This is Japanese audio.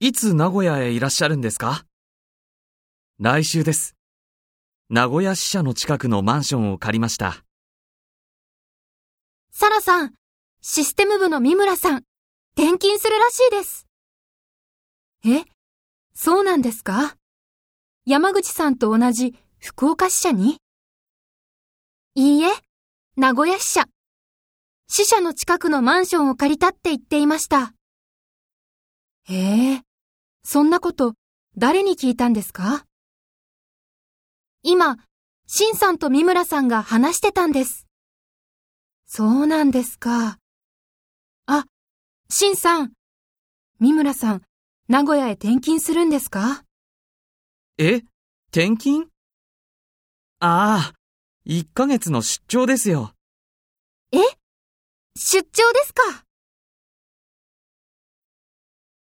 いつ名古屋へいらっしゃるんですか来週です。名古屋支社の近くのマンションを借りました。サラさん、システム部の三村さん、転勤するらしいです。え、そうなんですか山口さんと同じ福岡支社にいいえ、名古屋支社。支社の近くのマンションを借りたって言っていました。へえ、そんなこと誰に聞いたんですか今、シンさんと三村さんが話してたんです。そうなんですか。あ、シンさん、三村さん、名古屋へ転勤するんですかえ転勤ああ、1ヶ月の出張ですよ。え出張ですか